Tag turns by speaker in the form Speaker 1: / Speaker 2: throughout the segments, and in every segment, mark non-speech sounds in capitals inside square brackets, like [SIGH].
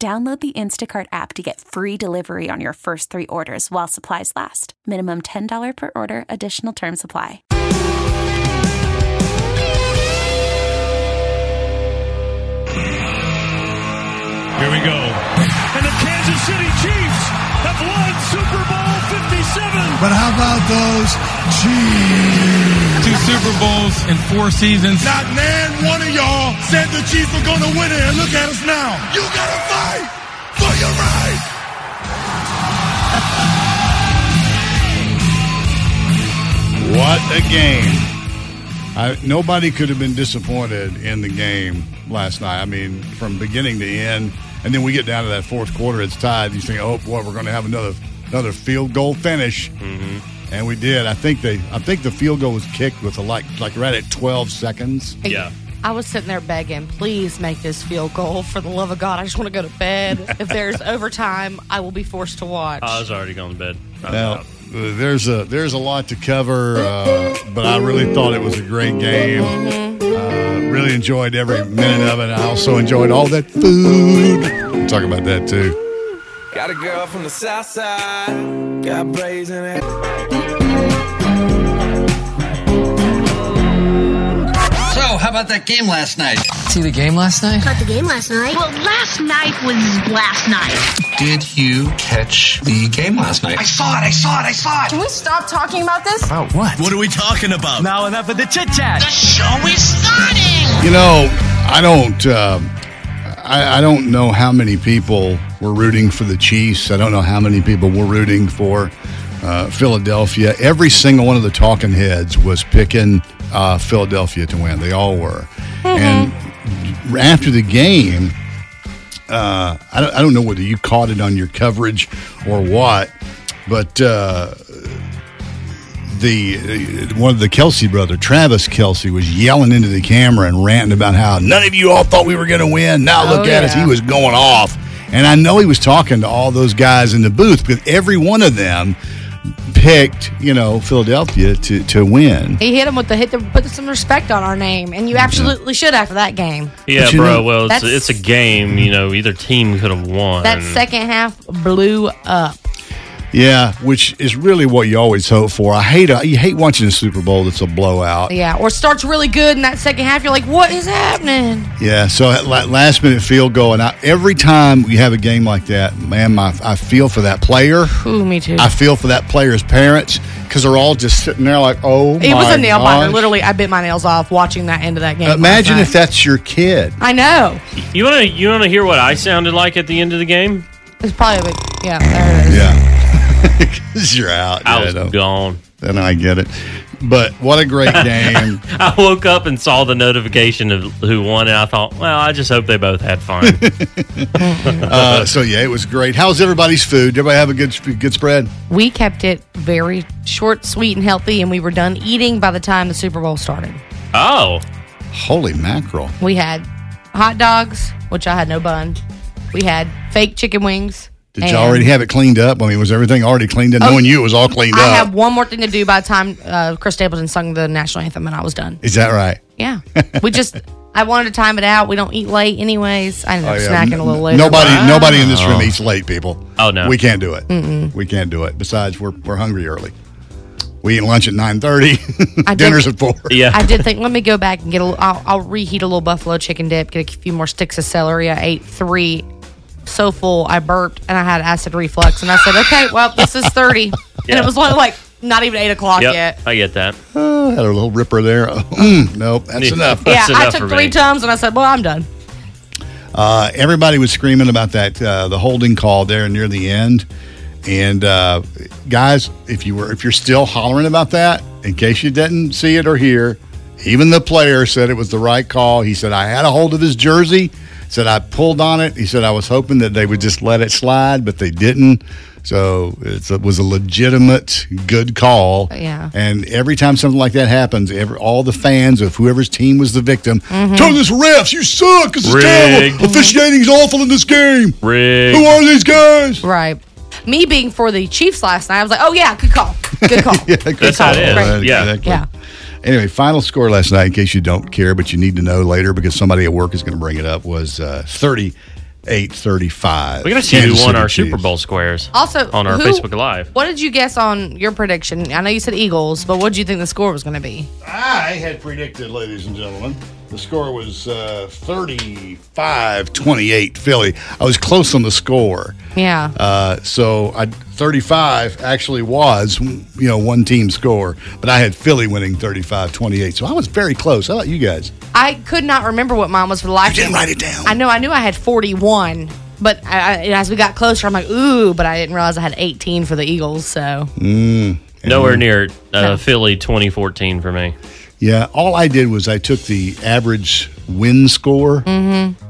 Speaker 1: Download the Instacart app to get free delivery on your first three orders while supplies last. Minimum $10 per order, additional term supply.
Speaker 2: Here we go. And the Kansas City Chiefs have won Super Bowl 57.
Speaker 3: But how about those Chiefs?
Speaker 4: Two Super Bowls in four seasons.
Speaker 3: Not man, one of y'all said the Chiefs were going to win it, and look at us now. You got to fight for your right.
Speaker 5: What a game. I, nobody could have been disappointed in the game last night. I mean, from beginning to end. And then we get down to that fourth quarter, it's tied. You think, oh boy, we're going to have another another field goal finish, and we did. I think they, I think the field goal was kicked with a like like right at twelve seconds.
Speaker 2: Yeah.
Speaker 6: I was sitting there begging, please make this field goal. For the love of God, I just want to go to bed. if
Speaker 5: [LAUGHS]
Speaker 6: there's overtime, I will be forced to watch.
Speaker 5: Uh,
Speaker 2: I was already going to bed. I was
Speaker 5: Now,
Speaker 2: out.
Speaker 5: there's a there's a lot to cover, uh, but I really thought it was a great game. Uh, really enjoyed every minute of it. I also enjoyed all that food. We'll talk about that too.
Speaker 7: Got a girl from the south side, got braids in it.
Speaker 8: So, how about that game last night?
Speaker 9: See the game last night?
Speaker 10: the game last night? Well, last night was last night.
Speaker 8: Did you catch the game last night? I saw it, I saw it, I saw it!
Speaker 6: we stop talking about this?
Speaker 8: About what? What are we talking about? Now enough of the chit chat!
Speaker 10: The show is starting!
Speaker 5: You know, I don't. Uh, I, I don't know how many people were rooting for the Chiefs. I don't know how many people were rooting for uh, Philadelphia. Every single one of the talking heads was picking uh, Philadelphia to win. They all were. And after the game, uh, I, don't, I don't know whether you caught it on your coverage or what, but uh, the uh, one of the Kelsey brother, Travis Kelsey, was yelling into the camera and ranting about how none of you all thought we were going to win. Now look at us. He was going off, and I know he was talking to all those guys in the booth because every one of them picked, you know, Philadelphia to to win.
Speaker 6: He hit him with the hit, the, put some respect on our name, and you absolutely should after that game.
Speaker 2: Yeah,
Speaker 5: But you
Speaker 2: bro.
Speaker 5: know-
Speaker 2: well, it's, it's
Speaker 6: That's-
Speaker 2: a game. You know, either team could have won.
Speaker 6: That second half blew up.
Speaker 5: Yeah, which is really what you always hope for. I hate a, you hate watching a Super Bowl that's a blowout.
Speaker 6: Yeah, or starts really good in that second half. You're like, what is happening?
Speaker 5: Yeah, so at la- last minute field goal, and I, every time you have a game like that, man, my, I feel for that player.
Speaker 6: Ooh, me too.
Speaker 5: I feel for that player's parents because they're all just sitting there like, oh,
Speaker 6: it was
Speaker 5: my
Speaker 6: a nail biter.
Speaker 5: gosh.
Speaker 6: Literally, I bit my nails off watching that end of that game.
Speaker 5: Imagine if
Speaker 6: last night.
Speaker 5: that's your kid. [LAUGHS]
Speaker 6: I know.
Speaker 2: you want to you want to hear what I sounded like at the end of the game?
Speaker 6: It's probably a big, yeah, there it is.
Speaker 5: Yeah, because you're out.
Speaker 2: I
Speaker 5: yeah,
Speaker 2: was
Speaker 5: no.
Speaker 2: gone.
Speaker 5: Then I get it. But what
Speaker 2: [LAUGHS]
Speaker 5: a great game!
Speaker 2: I woke up and saw the notification of who won, and I thought, well, I just hope they both had [LAUGHS] fun.
Speaker 5: uh, so yeah, it was great. How's everybody's food? Did everybody have a good sp- good spread?
Speaker 6: We kept it very short, sweet, and healthy, and we were done eating by the time the Super Bowl started.
Speaker 2: oh,
Speaker 5: Holy mackerel!
Speaker 6: We had hot dogs, which I had no bun. We had fake chicken wings.
Speaker 5: Did you already have it cleaned up? I mean, was everything already cleaned up? Knowing you, it was all cleaned
Speaker 6: Oh, I
Speaker 5: up.
Speaker 6: have one more thing to do by the time uh, Chris Stapleton sung the national anthem, and I was done.
Speaker 5: Is that right?
Speaker 6: Yeah,
Speaker 5: [LAUGHS]
Speaker 6: we just I wanted to time it out. We don't eat late, anyways. I ended up
Speaker 5: Oh, yeah.
Speaker 6: snacking a little later.
Speaker 5: Nobody,
Speaker 6: but-
Speaker 5: nobody in this room eats late, people.
Speaker 2: Oh, no.
Speaker 5: we can't do it. We can't do it. Besides, we're we're hungry early.
Speaker 3: We eat lunch at nine
Speaker 5: [LAUGHS]
Speaker 3: thirty.
Speaker 6: I did-
Speaker 3: Dinner's at four.
Speaker 6: I did think, let me go back and get a little, I'll, I'll reheat a little buffalo chicken dip, get a few more sticks of celery. I ate three so full, I burped and I had acid reflux. And I said, okay, well, this is 30. And
Speaker 2: [LAUGHS] Yeah.
Speaker 6: it was only like not even eight o'clock yet.
Speaker 2: I get that.
Speaker 3: Uh, had a little ripper there. [LAUGHS] Mm, nope, that's
Speaker 2: Yeah.
Speaker 3: enough.
Speaker 2: That's
Speaker 6: yeah, I took three tums and I said, well, I'm done.
Speaker 3: Uh, everybody was screaming about that uh, the holding call there near the end. And uh, guys, if you were if you're still hollering about that, in case you didn't see it or hear, even the player said it was the right call. He said I had a hold of his jersey. Said I pulled on it. He said I was hoping that they would just let it slide, but they didn't. So it's, it was a legitimate good call.
Speaker 6: Yeah.
Speaker 3: And every time something like that happens, every, all the fans of whoever's team was the victim,
Speaker 11: Mhm.
Speaker 3: tell this refs you suck. This is terrible.
Speaker 11: Rigged.
Speaker 3: Officiating's awful in this game.
Speaker 2: Rigged.
Speaker 3: Who are these guys?
Speaker 6: Right. Me being for the Chiefs last night, I was like, oh, yeah, good call.
Speaker 2: [LAUGHS]
Speaker 6: Good call.
Speaker 3: yeah, good
Speaker 6: That's how it
Speaker 3: call.
Speaker 6: is.
Speaker 3: Right,
Speaker 6: Yeah.
Speaker 3: exactly.
Speaker 6: Yeah.
Speaker 3: Anyway, final score last night, in case you don't care, but you need to know later because somebody at work is going to bring it up, was uh, 38 35.
Speaker 2: We gotta see who won our Super Bowl squares.
Speaker 6: Also,
Speaker 2: on our
Speaker 6: who-
Speaker 2: Facebook Live.
Speaker 6: What did you guess on your prediction? I know you said Eagles, but what did you think the score was going to be?
Speaker 3: I had predicted, ladies and gentlemen. The score was uh, 35 28 Philly. I was close on the score.
Speaker 6: Yeah.
Speaker 3: Uh, so I 35 actually was, you know, one team score, but I had Philly winning 35 28. So I was very close. How about you guys?
Speaker 6: I could not remember what mine was for the life. You didn't
Speaker 3: write it down.
Speaker 6: I know. I knew I had forty-one, but I, I, and as we got closer, I'm like, ooh, but I didn't realize I had eighteen for the Eagles. So
Speaker 2: Nowhere near uh, Philly 2014 for me.
Speaker 3: Yeah. All I did was I took the average win score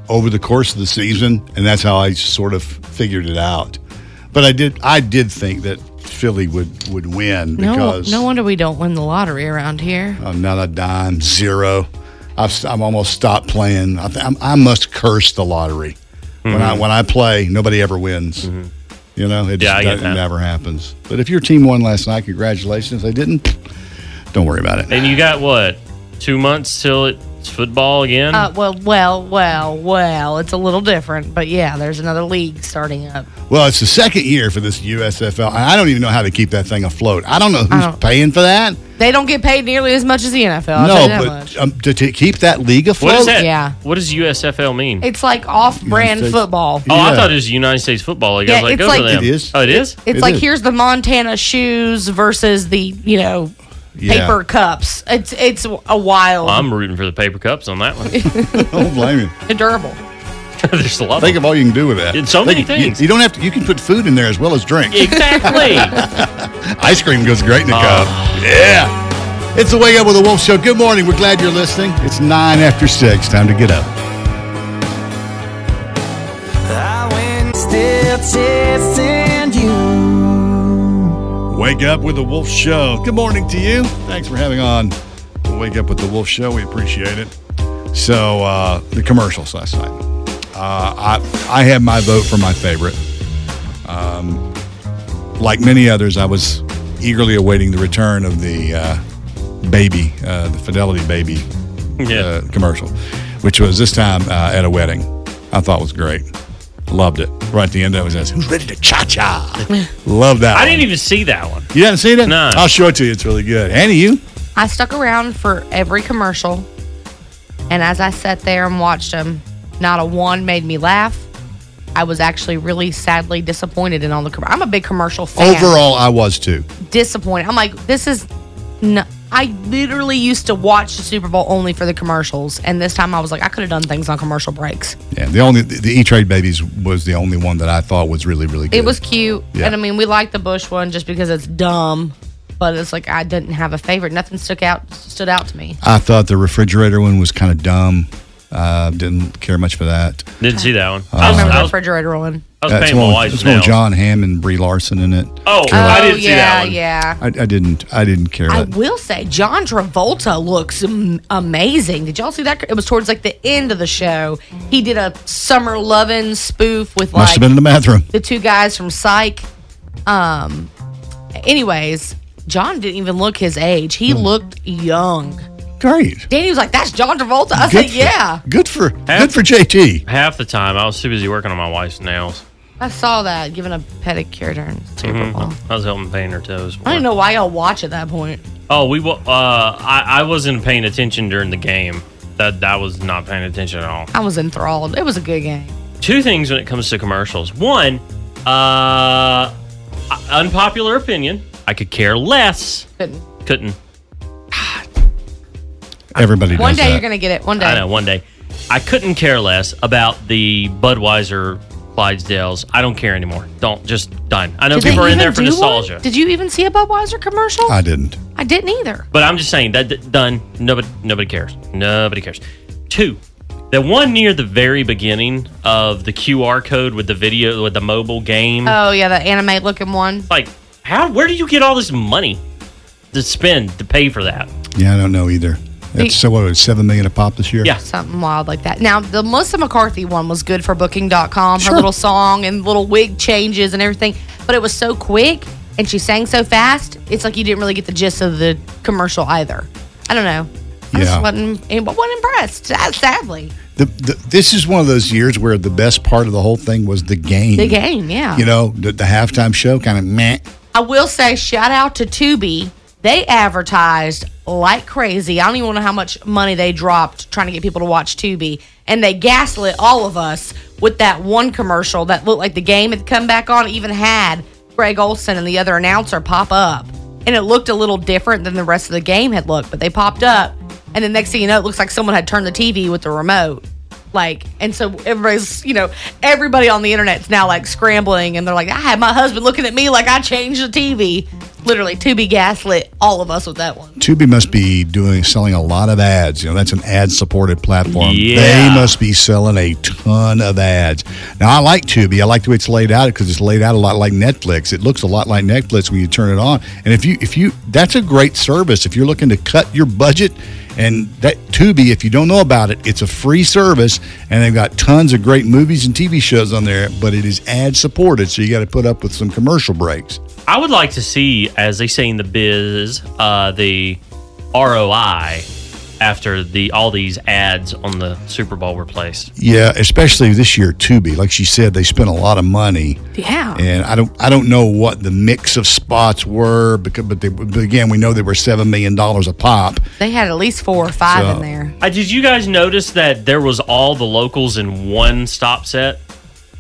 Speaker 3: over the course of the season, and that's how I sort of figured it out. [LAUGHS] But I did, I did think that Philly would would win
Speaker 6: no,
Speaker 3: because
Speaker 6: no wonder we don't win the lottery around here.
Speaker 3: I'm not a dime zero. I've, st- I've almost stopped playing. I, th- I'm, I must curse the lottery when I
Speaker 2: Mhm.
Speaker 3: when I play. Nobody ever wins. You know, it
Speaker 2: Mm-hmm. Yeah, I
Speaker 3: just
Speaker 2: get
Speaker 3: doesn't-
Speaker 2: that.
Speaker 3: never happens. But if your team won last night, congratulations. If They didn't. Don't worry about it.
Speaker 2: And you got what? Two months till it's football again.
Speaker 6: Uh, well, well, well, well. It's a little different, but yeah, there's another league starting up.
Speaker 3: Well, it's the second year for this USFL. and I don't even know how they keep that thing afloat. I don't know who's paying for that.
Speaker 6: They don't get paid nearly as much as the NFL. I'll tell you
Speaker 3: no,
Speaker 6: that much.
Speaker 3: but um, to, to keep that league afloat.
Speaker 2: what is that?
Speaker 6: Yeah.
Speaker 2: What does USFL mean?
Speaker 6: It's like
Speaker 3: United
Speaker 6: off-brand
Speaker 3: States-
Speaker 6: football.
Speaker 2: Oh, I thought it was United States Football League.
Speaker 6: Yeah,
Speaker 2: I was like,
Speaker 6: it's
Speaker 2: go
Speaker 6: like-
Speaker 2: to them.
Speaker 3: It is.
Speaker 2: Oh, it is.
Speaker 6: It's like here's the Montana shoes versus the you know
Speaker 2: Yeah.
Speaker 6: paper cups. It's it's a wild.
Speaker 2: I'm rooting for the paper cups on
Speaker 6: [LAUGHS]
Speaker 2: that one. [LAUGHS]
Speaker 3: Don't blame you.
Speaker 6: durable.
Speaker 2: There's a lot.
Speaker 3: Think of all you can do with that.
Speaker 2: It's so many
Speaker 3: Think- you-
Speaker 2: things.
Speaker 3: You, don't have to. You can put food in there as well as drink.
Speaker 2: Exactly.
Speaker 3: [LAUGHS] Ice cream goes great in a cup. Yeah. It's the Wake Up with the Wolf Show. Good morning. We're glad you're listening. It's nine after six. Time to get up.
Speaker 11: Still chasing you.
Speaker 3: Wake Up with the Wolf Show. Good morning to you. Thanks for having on the Wake Up with the Wolf Show. We appreciate it. So, uh, the commercials last night. Uh, I, I had my vote for my favorite. Um, like many others, I was eagerly awaiting the return of the uh, baby, uh, the Fidelity baby uh, commercial, which was this time uh, at a wedding. I thought was great. Loved it. Right at the end of it, it says, Who's ready to cha
Speaker 2: [LAUGHS]
Speaker 3: cha? Love that.
Speaker 2: I
Speaker 3: one.
Speaker 2: didn't even see that one.
Speaker 3: You haven't seen it? No. I'll show it to you. It's really good. Annie, you?
Speaker 6: I stuck around for every commercial, and as I sat there and watched them, not a one made me laugh. I was actually really sadly disappointed in all the. Com- I'm a big commercial fan.
Speaker 3: Overall, I was too.
Speaker 6: disappointed. I'm like, this is. N- I literally used to watch the Super Bowl only for the commercials, and this time I was like, I could have done things on commercial breaks.
Speaker 3: Yeah. The only the E Trade Babies was the only one that I thought was really really good.
Speaker 6: It was cute,
Speaker 3: Yeah.
Speaker 6: and I mean, we like the Bush one just because it's dumb, but it's like I didn't have a favorite. Nothing stuck out stood out to me.
Speaker 3: I thought the refrigerator one was kind of dumb. Uh, didn't care much for that. Uh,
Speaker 2: Didn't see that one.
Speaker 6: I
Speaker 2: I was,
Speaker 6: remember
Speaker 2: I
Speaker 6: the
Speaker 2: was,
Speaker 6: refrigerator one.
Speaker 2: I was
Speaker 3: That's
Speaker 2: paying my
Speaker 3: one-
Speaker 2: wife's
Speaker 3: That's one
Speaker 2: nails.
Speaker 3: with John Hamm and Brie Larson in it.
Speaker 2: Oh,
Speaker 6: Oh,
Speaker 2: I didn't see
Speaker 6: yeah,
Speaker 2: that one.
Speaker 6: yeah.
Speaker 3: I, I didn't. I didn't care.
Speaker 6: I
Speaker 3: That.
Speaker 6: will say, John Travolta looks am- amazing. Did y'all see that? It was towards like the end of the show. He did a summer lovin' spoof with
Speaker 3: Must
Speaker 6: like
Speaker 3: have been in the bathroom.
Speaker 6: the two guys from Psych. Um, anyways, John didn't even look his age.
Speaker 3: Hmm.
Speaker 6: He looked young.
Speaker 3: Great.
Speaker 6: Danny was like, "That's John Travolta." I
Speaker 3: Good
Speaker 6: said,
Speaker 3: for-
Speaker 6: "Yeah."
Speaker 3: Good for good for JT.
Speaker 2: Half the time, I was too busy working on my wife's nails.
Speaker 6: I saw that giving a pedicure during Super
Speaker 2: Mhm.
Speaker 6: Bowl.
Speaker 2: I was helping paint her toes.
Speaker 6: I don't know why y'all watch at that point.
Speaker 2: Oh, we. wa- Uh, I, I wasn't paying attention during the game. That that was not paying attention at all.
Speaker 6: I was enthralled. It was a good game.
Speaker 2: Two things when it comes to commercials. One, uh, unpopular opinion. I could care less.
Speaker 6: Couldn't.
Speaker 2: Couldn't.
Speaker 3: Everybody
Speaker 6: One
Speaker 3: does
Speaker 6: day
Speaker 3: that.
Speaker 6: you're gonna get it. One day.
Speaker 2: I know. One day, I couldn't care less about the Budweiser Clydesdales. I don't care anymore. Don't just done. I know
Speaker 6: Did they
Speaker 2: people are in
Speaker 6: even
Speaker 2: there for
Speaker 6: do
Speaker 2: nostalgia.
Speaker 6: One? Did you even see a Budweiser commercial?
Speaker 3: I didn't.
Speaker 6: I didn't either.
Speaker 2: But I'm just saying that that- done. Nobody, nobody cares. Nobody cares. Two, the one near the very beginning of the QR code with the video with the mobile game.
Speaker 6: Oh yeah, the anime looking one.
Speaker 2: like, how? Where do you get all this money to spend to pay for that?
Speaker 3: Yeah, I don't know either. It's so what, it was seven million a pop this year?
Speaker 2: Yeah.
Speaker 6: Something wild like that. Now, the Melissa McCarthy one was good for booking.com. Her little song and little wig changes and everything, but it was so quick and she sang so fast, it's like you didn't really get the gist of the commercial either. I don't know. I
Speaker 3: Yeah.
Speaker 6: just wasn't, I wasn't impressed, sad- sadly.
Speaker 3: The, the, this is one of those years where the best part of the whole thing was the game.
Speaker 6: The game, yeah.
Speaker 3: You know, the, the halftime show kind of meh.
Speaker 6: I will say, shout out to Tubi. They advertised like crazy. I don't even know how much money they dropped trying to get people to watch Tubi. And they gaslit all of us with that one commercial that looked like the game had come back on, It even had Greg Olson and the other announcer pop up. And it looked a little different than the rest of the game had looked, but they popped up. And the next thing you know, it looks like someone had turned the TV with the remote. Like, and so everybody's, you know, everybody on the internet's now like scrambling and they're like, I had my husband looking at me like I changed the TV. Literally, to be gaslit, all of us with that one.
Speaker 3: Tubi must be doing selling a lot of ads. You know, that's an ad-supported platform.
Speaker 2: Yeah.
Speaker 3: They must be selling a ton of ads. Now, I like Tubi. I like the way it's laid out because it's laid out a lot like Netflix. It looks a lot like Netflix when you turn it on. And if you if you that's a great service if you're looking to cut your budget. And that Tubi, if you don't know about it, it's a free service, and they've got tons of great movies and TV shows on there. But it is ad supported, so you got to put up with some commercial breaks.
Speaker 2: I would like to see, as they say in the biz, uh, the ROI after the all these ads on the Super Bowl were placed.
Speaker 3: Yeah, especially this year, Tubi. Like she said, they spent a lot of money.
Speaker 6: Yeah.
Speaker 3: and I don't I don't know what the mix of spots were because but, they, but again we know they were seven million dollars a pop.
Speaker 6: They had at least four or five
Speaker 3: So-
Speaker 6: in there.
Speaker 2: Uh, did you guys notice that there was all the locals in one stop set?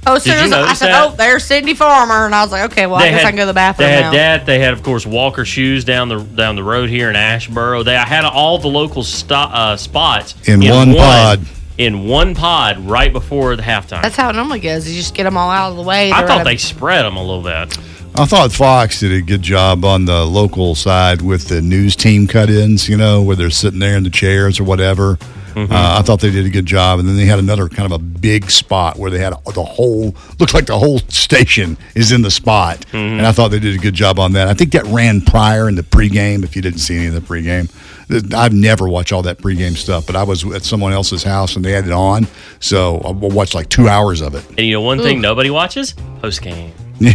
Speaker 6: Oh, as soon
Speaker 2: Did you
Speaker 6: as I
Speaker 2: notice
Speaker 6: said,
Speaker 2: that?
Speaker 6: Oh, there's Cindy Farmer. And I was like, Okay, well, I guess I can go to the bathroom
Speaker 2: They had
Speaker 6: now.
Speaker 2: that. They had, of course, Walker Shoes down the down the road here in Ashboro. They had all the local sto- uh, spots
Speaker 3: In one pod.
Speaker 2: In one pod, right before the halftime.
Speaker 6: That's how it normally goes. You just get them all out of the way.
Speaker 2: I
Speaker 6: They're
Speaker 2: thought
Speaker 6: at a-
Speaker 2: they spread them a little bit.
Speaker 3: I thought Fox did a good job on the local side with the news team cut-ins, you know, where they're sitting there in the chairs or whatever. Uh, I thought they did a good job, and then they had another kind of a big spot where they had the whole looked like the whole station is in the spot, and I thought they did a good job on that. I think that ran prior in the pregame. If you didn't see any of the pregame, Th- I've never watched all that pregame stuff, but I was at someone else's house and they had it on, so I watched like two hours of it.
Speaker 2: And you know, one thing nobody watches post game.
Speaker 3: I'm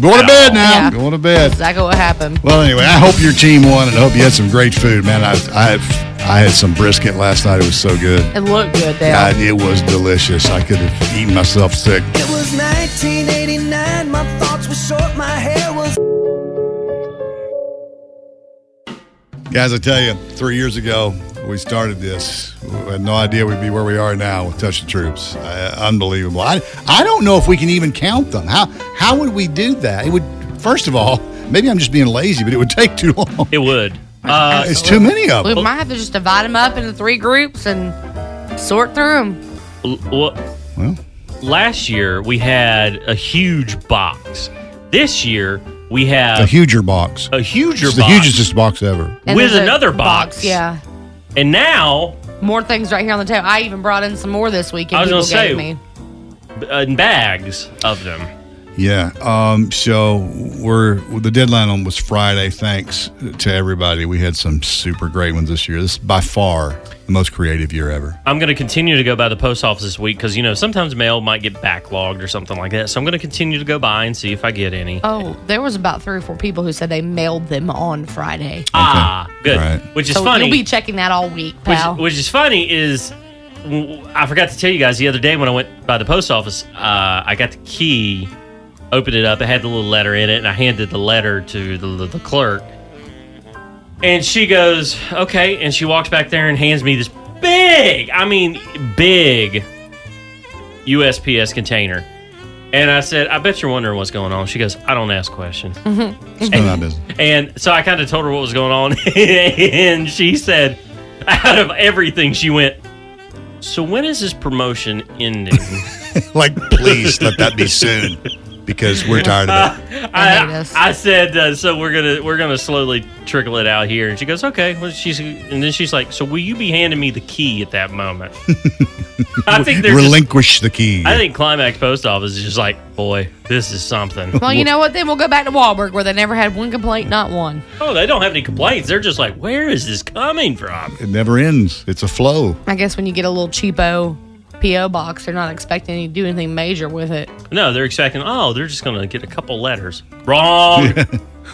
Speaker 3: going to bed now.
Speaker 6: Yeah.
Speaker 3: Going to bed.
Speaker 6: Exactly what happened.
Speaker 3: Well, anyway, I hope your team won, and I hope you had some great food, man. I I, I had some brisket last night; it was so good.
Speaker 6: It looked good there.
Speaker 3: God, it was delicious. I could have eaten myself sick.
Speaker 4: It was 1989, my thoughts were short, my hair was.
Speaker 3: Guys, I tell you, three years ago we started this. We had no idea we'd be where we are now with Touch the Troops. Uh, unbelievable. I I don't know if we can even count them. How how would we do that? It would first of all, maybe I'm just being lazy, but it would take too long.
Speaker 2: It would. Uh,
Speaker 3: it's too many of
Speaker 6: We
Speaker 3: them.
Speaker 6: might have to just divide them up into three groups and sort through them.
Speaker 2: L- Well,
Speaker 3: Well.
Speaker 2: last year we had a huge box. This year we have
Speaker 3: A huger box.
Speaker 2: a huger
Speaker 3: It's
Speaker 2: box
Speaker 3: the hugest box ever.
Speaker 6: And
Speaker 2: with
Speaker 6: there's a
Speaker 2: another box.
Speaker 6: Yeah.
Speaker 2: And now,
Speaker 6: More things right here on the table. I even brought in some more this weekend.
Speaker 2: I was gonna
Speaker 6: people gave
Speaker 2: say-
Speaker 6: me.
Speaker 2: b- uh, bags of them.
Speaker 3: Yeah. Um, so we're the deadline on was Friday. Thanks to everybody. We had some super great ones this year. This is by far the most creative year ever.
Speaker 2: I'm going to continue to go by the post office this week because, you know, sometimes mail might get backlogged or something like that. So I'm going to continue to go by and see if I get any.
Speaker 6: Oh, there was about three or four people who said they mailed them on Friday.
Speaker 2: Ah, good.
Speaker 3: Right.
Speaker 2: Which is
Speaker 6: so
Speaker 2: funny.
Speaker 6: you'll be checking that all week,
Speaker 2: which,
Speaker 6: pal.
Speaker 2: which is funny is w- I forgot to tell you guys the other day when I went by the post office, uh, I got the key opened it up. It had the little letter in it, and I handed the letter to the, the, the clerk. And she goes, okay. And she walks back there and hands me this big, I mean, big USPS container. And I said, I bet you're wondering what's going on. She goes, I don't ask questions.
Speaker 3: It's none of my business.
Speaker 2: And so I kind of told her what was going on. [LAUGHS] and she said, out of everything, she went, So when is this promotion ending?
Speaker 3: [LAUGHS] like, please let that be soon because we're tired of it.
Speaker 2: I, I said, uh, so we're gonna we're gonna slowly trickle it out here, and she goes, okay. Well, she's and then she's like, so will you be handing me the key at that moment? I think there's just-
Speaker 3: [LAUGHS] Relinquish the key.
Speaker 2: I think Climax Post Office is just like, boy, this is something.
Speaker 6: [LAUGHS] Well, you know what? Then we'll go back to Wahlberg where they never had one complaint, not one.
Speaker 2: Oh, they don't have any complaints. They're just like, where is this coming from?
Speaker 3: It never ends. It's a flow.
Speaker 6: I guess when you get a little cheapo PO box, they're not expecting you to do anything major with it.
Speaker 2: No, they're expecting. Oh, they're just gonna get a couple letters. Wrong.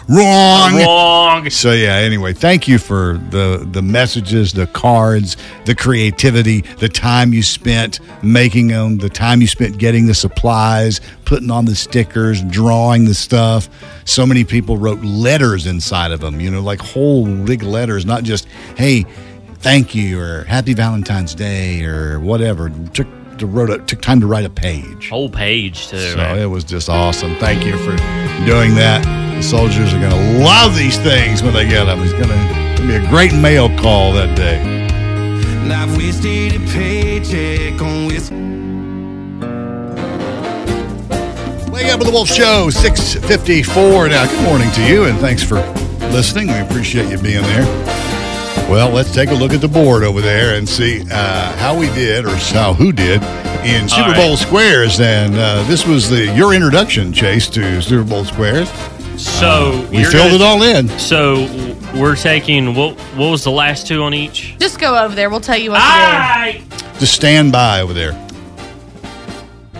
Speaker 3: Wrong.
Speaker 2: Wrong.
Speaker 3: So yeah. Anyway, thank you for the the messages, the cards, the creativity, the time you spent making them, the time you spent getting the supplies, putting on the stickers, drawing the stuff. So many people wrote letters inside of them. You know, like whole big letters, not just hey, thank you or Happy Valentine's Day or whatever. Took to wrote a, took time to write a page.
Speaker 2: Whole page too.
Speaker 3: So
Speaker 2: man.
Speaker 3: it was just awesome. Thank you for doing that. The soldiers are going to love these things when they get them. It's going to be a great mail call that day.
Speaker 4: Now I've wasted a paycheck on whiskey.
Speaker 3: Wake up with the Wolf Show, 654 now. Good morning to you, and thanks for listening. We appreciate you being there. Well, let's take a look at the board over there and see uh, how we did, or how who did, in Super
Speaker 2: right.
Speaker 3: Bowl Squares. And uh, this was the your introduction, Chase, to Super Bowl Squares.
Speaker 2: So
Speaker 3: Uh, We
Speaker 2: you're
Speaker 3: filled
Speaker 2: gonna-
Speaker 3: it all in.
Speaker 2: So we're taking what? What was the last two on each?
Speaker 6: Just go over there. We'll tell you what
Speaker 2: to
Speaker 3: Just stand by over there.
Speaker 6: do.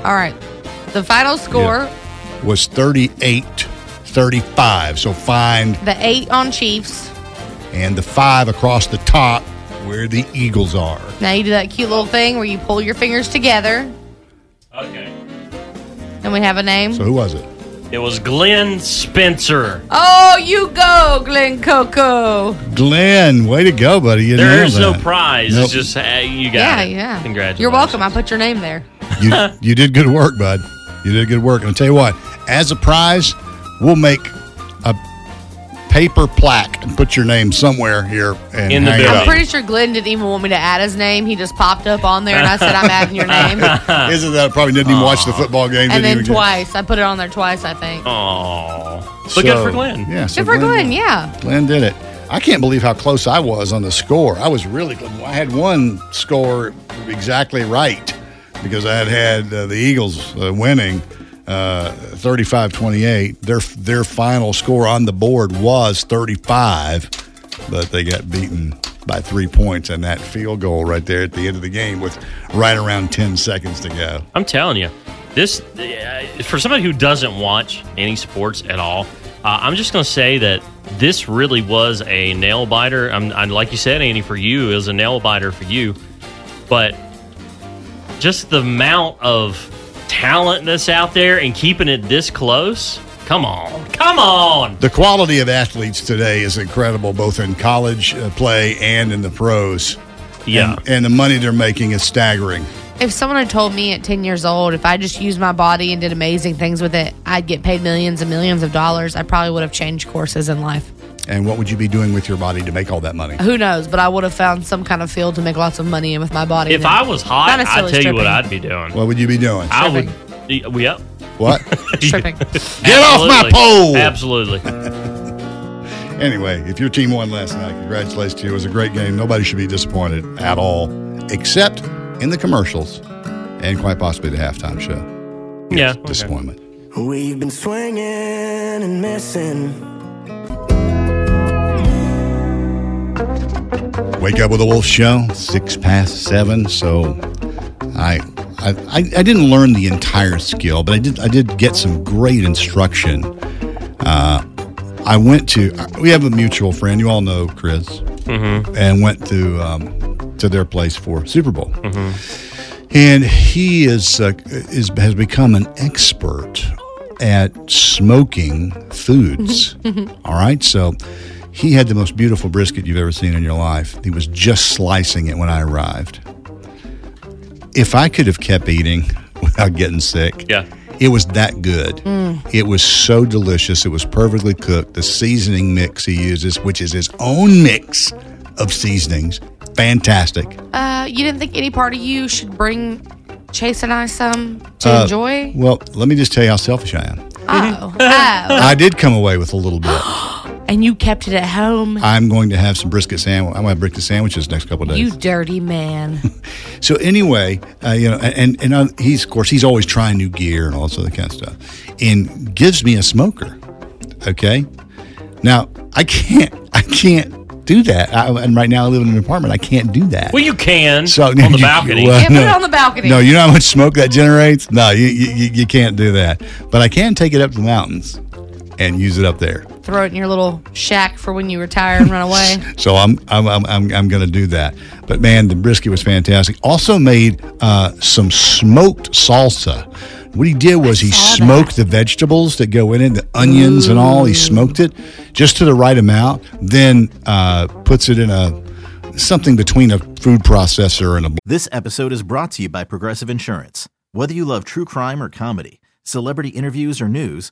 Speaker 6: All right. The final score
Speaker 3: was 38 35. So find
Speaker 6: the eight on Chiefs.
Speaker 3: and the five across the top where the Eagles are.
Speaker 6: Now you do that cute little thing where you pull your fingers together.
Speaker 2: Okay.
Speaker 6: And we have a name.
Speaker 3: So who was it?
Speaker 2: It was Glenn Spencer.
Speaker 6: Oh, you go, Glenn Coco.
Speaker 3: Glenn, way to go, buddy. You
Speaker 2: There
Speaker 3: nailed
Speaker 2: is no
Speaker 3: that.
Speaker 2: prize.
Speaker 3: Nope.
Speaker 2: It's just uh, you
Speaker 6: yeah,
Speaker 2: got it.
Speaker 6: yeah.
Speaker 2: Congratulations.
Speaker 6: You're welcome. I put your name there.
Speaker 2: [LAUGHS]
Speaker 3: you, you did good work, bud. You did good work. And I'll tell you what, as a prize, we'll make a paper plaque and put your name somewhere here and
Speaker 2: In the
Speaker 3: hang it
Speaker 2: building.
Speaker 3: up.
Speaker 6: I'm pretty sure Glenn didn't even want me to add his name. He just popped up on there and I said, I'm adding
Speaker 2: [LAUGHS]
Speaker 6: your name.
Speaker 3: Isn't that probably didn't even watch the football game?
Speaker 6: And then
Speaker 3: didn't even
Speaker 6: twice. I put it on there twice, I think.
Speaker 2: Oh, but
Speaker 3: So-
Speaker 2: good for Glenn.
Speaker 3: Yeah, so
Speaker 6: Good for
Speaker 3: Glenn
Speaker 6: Glenn, yeah.
Speaker 3: Glenn did it. I can't believe how close I was on the score. I was really close. I had one score exactly right because I had had uh, the Eagles uh, winning uh, 35-28. Their their final score on the board was 35, but they got beaten by 3 points and that field goal right there at the end of the game with right around 10 seconds to go.
Speaker 2: I'm telling you, this uh, for somebody who doesn't watch any sports at all. Uh, I'm just going to say that this really was a nail biter. I'm, i like you said, Andy, for you it was a nail biter for you, but just the amount of talent that's out there and keeping it this close. Come on, come on.
Speaker 3: The quality of athletes today is incredible, both in college uh, play and in the pros.
Speaker 2: Yeah.
Speaker 3: And, and the money they're making is staggering.
Speaker 6: If someone had told me at 10 years old, if I just used my body and did amazing things with it, I'd get paid millions and millions of dollars, I probably would have changed courses in life.
Speaker 3: And what would you be doing with your body to make all that money?
Speaker 6: Who knows? But I would have found some kind of field to make lots of money in with my body.
Speaker 2: If
Speaker 6: then.
Speaker 2: I was hot,
Speaker 6: Not
Speaker 2: I'd tell
Speaker 6: necessarily
Speaker 2: you what
Speaker 6: stripping.
Speaker 2: I'd be doing.
Speaker 3: What would you be doing?
Speaker 2: I would. We up?
Speaker 3: What? [LAUGHS]
Speaker 6: Stripping.
Speaker 3: Get off my
Speaker 2: Absolutely.
Speaker 3: pole!
Speaker 2: Absolutely.
Speaker 3: [LAUGHS] Anyway, if your team won last night, congratulations to you. It was a great game. Nobody should be disappointed at all, except in the commercials and quite possibly the halftime show.
Speaker 2: Yeah.
Speaker 3: Disappointment.
Speaker 4: We've been swinging and missing.
Speaker 3: Wake up with the Wolf Show, six past seven. So, I, I, I I didn't learn the entire skill, but I did I did get some great instruction. Uh, I went to uh, we have a mutual friend you all know Chris, and went to um, to their place for Super Bowl, and he is uh, is has become an expert at smoking foods. All right. So he had the most beautiful brisket you've ever seen in your life. He was just slicing it when I arrived. If I could have kept eating [LAUGHS] without getting sick,
Speaker 2: yeah.
Speaker 3: it was that good. It was so delicious. It was perfectly cooked. The seasoning mix he uses, which is his own mix of seasonings, fantastic.
Speaker 6: Uh, you didn't think any part of you should bring Chase and I some to
Speaker 3: Uh,
Speaker 6: enjoy?
Speaker 3: Well, let me just tell you how selfish I am.
Speaker 6: Oh, oh.
Speaker 3: [LAUGHS] I did come away with a little bit.
Speaker 6: and you kept it at home.
Speaker 3: I'm going to have some brisket sandwich. I'm going to have brisket sandwiches next couple days.
Speaker 6: You dirty man. [LAUGHS]
Speaker 3: So anyway, uh, you know, and and uh, he's of course he's always trying new gear and all this other kind of stuff, and gives me a smoker. Okay, now I can't I can't do that. I, and right now I live in an apartment. I can't do that.
Speaker 2: Well, you can
Speaker 3: So [LAUGHS]
Speaker 2: on the balcony.
Speaker 3: well,
Speaker 6: Yeah, put it
Speaker 3: no.
Speaker 6: on the balcony.
Speaker 3: No, you know how much smoke that generates. No, you, you you- you can't do that. But I can take it up to the mountains and use it up there.
Speaker 6: Throw it in your little shack for when you retire and run away.
Speaker 3: So I'm I'm I'm I'm, I'm going to do that. But man, the brisket was fantastic. Also made uh, some smoked salsa. What he did was he smoked the vegetables that go in it, the onions and all. He smoked it just to the right amount, then uh, puts it in a something between a food processor and a
Speaker 12: This episode is brought to you by Progressive Insurance. Whether you love true crime or comedy, celebrity interviews or news,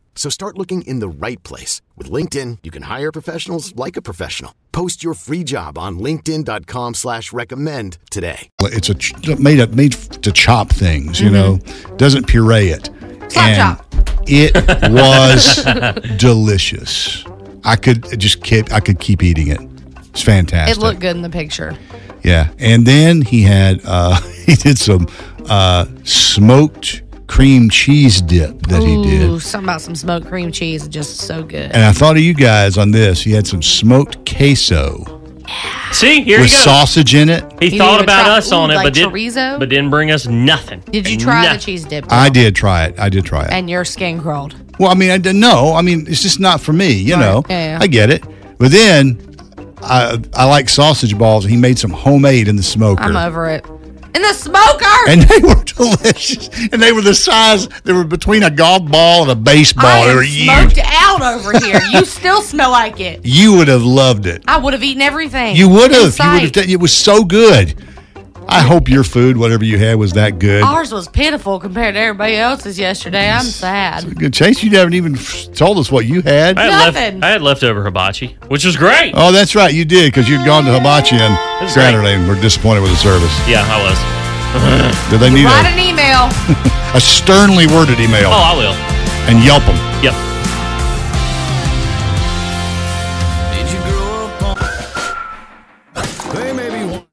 Speaker 13: So start looking in the right place. With LinkedIn, you can hire professionals like a professional. Post your free job on linkedin.com/recommend slash recommend today.
Speaker 3: It's a ch- made up made f- to chop things, you know. Doesn't puree it.
Speaker 6: Mm-hmm. Slap chop.
Speaker 3: It
Speaker 6: [LAUGHS]
Speaker 3: was delicious. I could just keep I could keep eating it. It's fantastic.
Speaker 6: It looked good in the picture.
Speaker 3: yeah. And then he had uh [LAUGHS] he did some uh smoked cream cheese dip that he
Speaker 6: Ooh,
Speaker 3: did.
Speaker 6: something about some smoked cream cheese, just so good.
Speaker 3: And I thought of you guys on this. He had some smoked queso
Speaker 2: See, here
Speaker 3: with
Speaker 2: you go.
Speaker 3: sausage in
Speaker 2: He
Speaker 3: it.
Speaker 6: You
Speaker 2: thought
Speaker 6: didn't even
Speaker 2: about
Speaker 6: try-
Speaker 2: us on
Speaker 6: ooh,
Speaker 2: it,
Speaker 6: like
Speaker 2: but didn't,
Speaker 6: chorizo?
Speaker 2: but didn't bring us nothing.
Speaker 6: Did you try
Speaker 2: Nothing.
Speaker 6: the cheese dip?
Speaker 3: I did try it. I did try it.
Speaker 6: And your skin crawled.
Speaker 3: Well, I mean, I d- no, I mean, it's just not for me, you know.
Speaker 6: Yeah, yeah.
Speaker 3: I get it, but then I I like sausage balls. and He made some homemade in the smoker,
Speaker 6: I'm over it. In the smoker.
Speaker 3: [LAUGHS] and they were delicious. And they were the size they were between a golf ball and a baseball.
Speaker 6: I
Speaker 3: they
Speaker 6: am
Speaker 3: were
Speaker 6: smoked
Speaker 3: huge.
Speaker 6: out over here. You still smell like it.
Speaker 3: You would have loved it.
Speaker 6: I would have eaten everything.
Speaker 3: You would have.
Speaker 6: In
Speaker 3: You would have.
Speaker 6: sight.
Speaker 3: done- It was so good. I hope your food, whatever you had, was that good.
Speaker 6: Ours was pitiful compared to everybody else's yesterday. I'm sad.
Speaker 3: Good Chase, you haven't even f- told us what you had.
Speaker 2: I had,
Speaker 6: Nothing.
Speaker 2: left, I had leftover hibachi, which was great.
Speaker 3: Oh, that's right, you did because you'd gone to Hibachi on
Speaker 2: It's
Speaker 3: Saturday and were disappointed with the service.
Speaker 2: Yeah, I was.
Speaker 3: Do they need
Speaker 6: Write
Speaker 3: a,
Speaker 6: an email.
Speaker 3: a sternly worded email
Speaker 2: oh, I will.
Speaker 3: and yelp them?
Speaker 2: Yep.
Speaker 3: I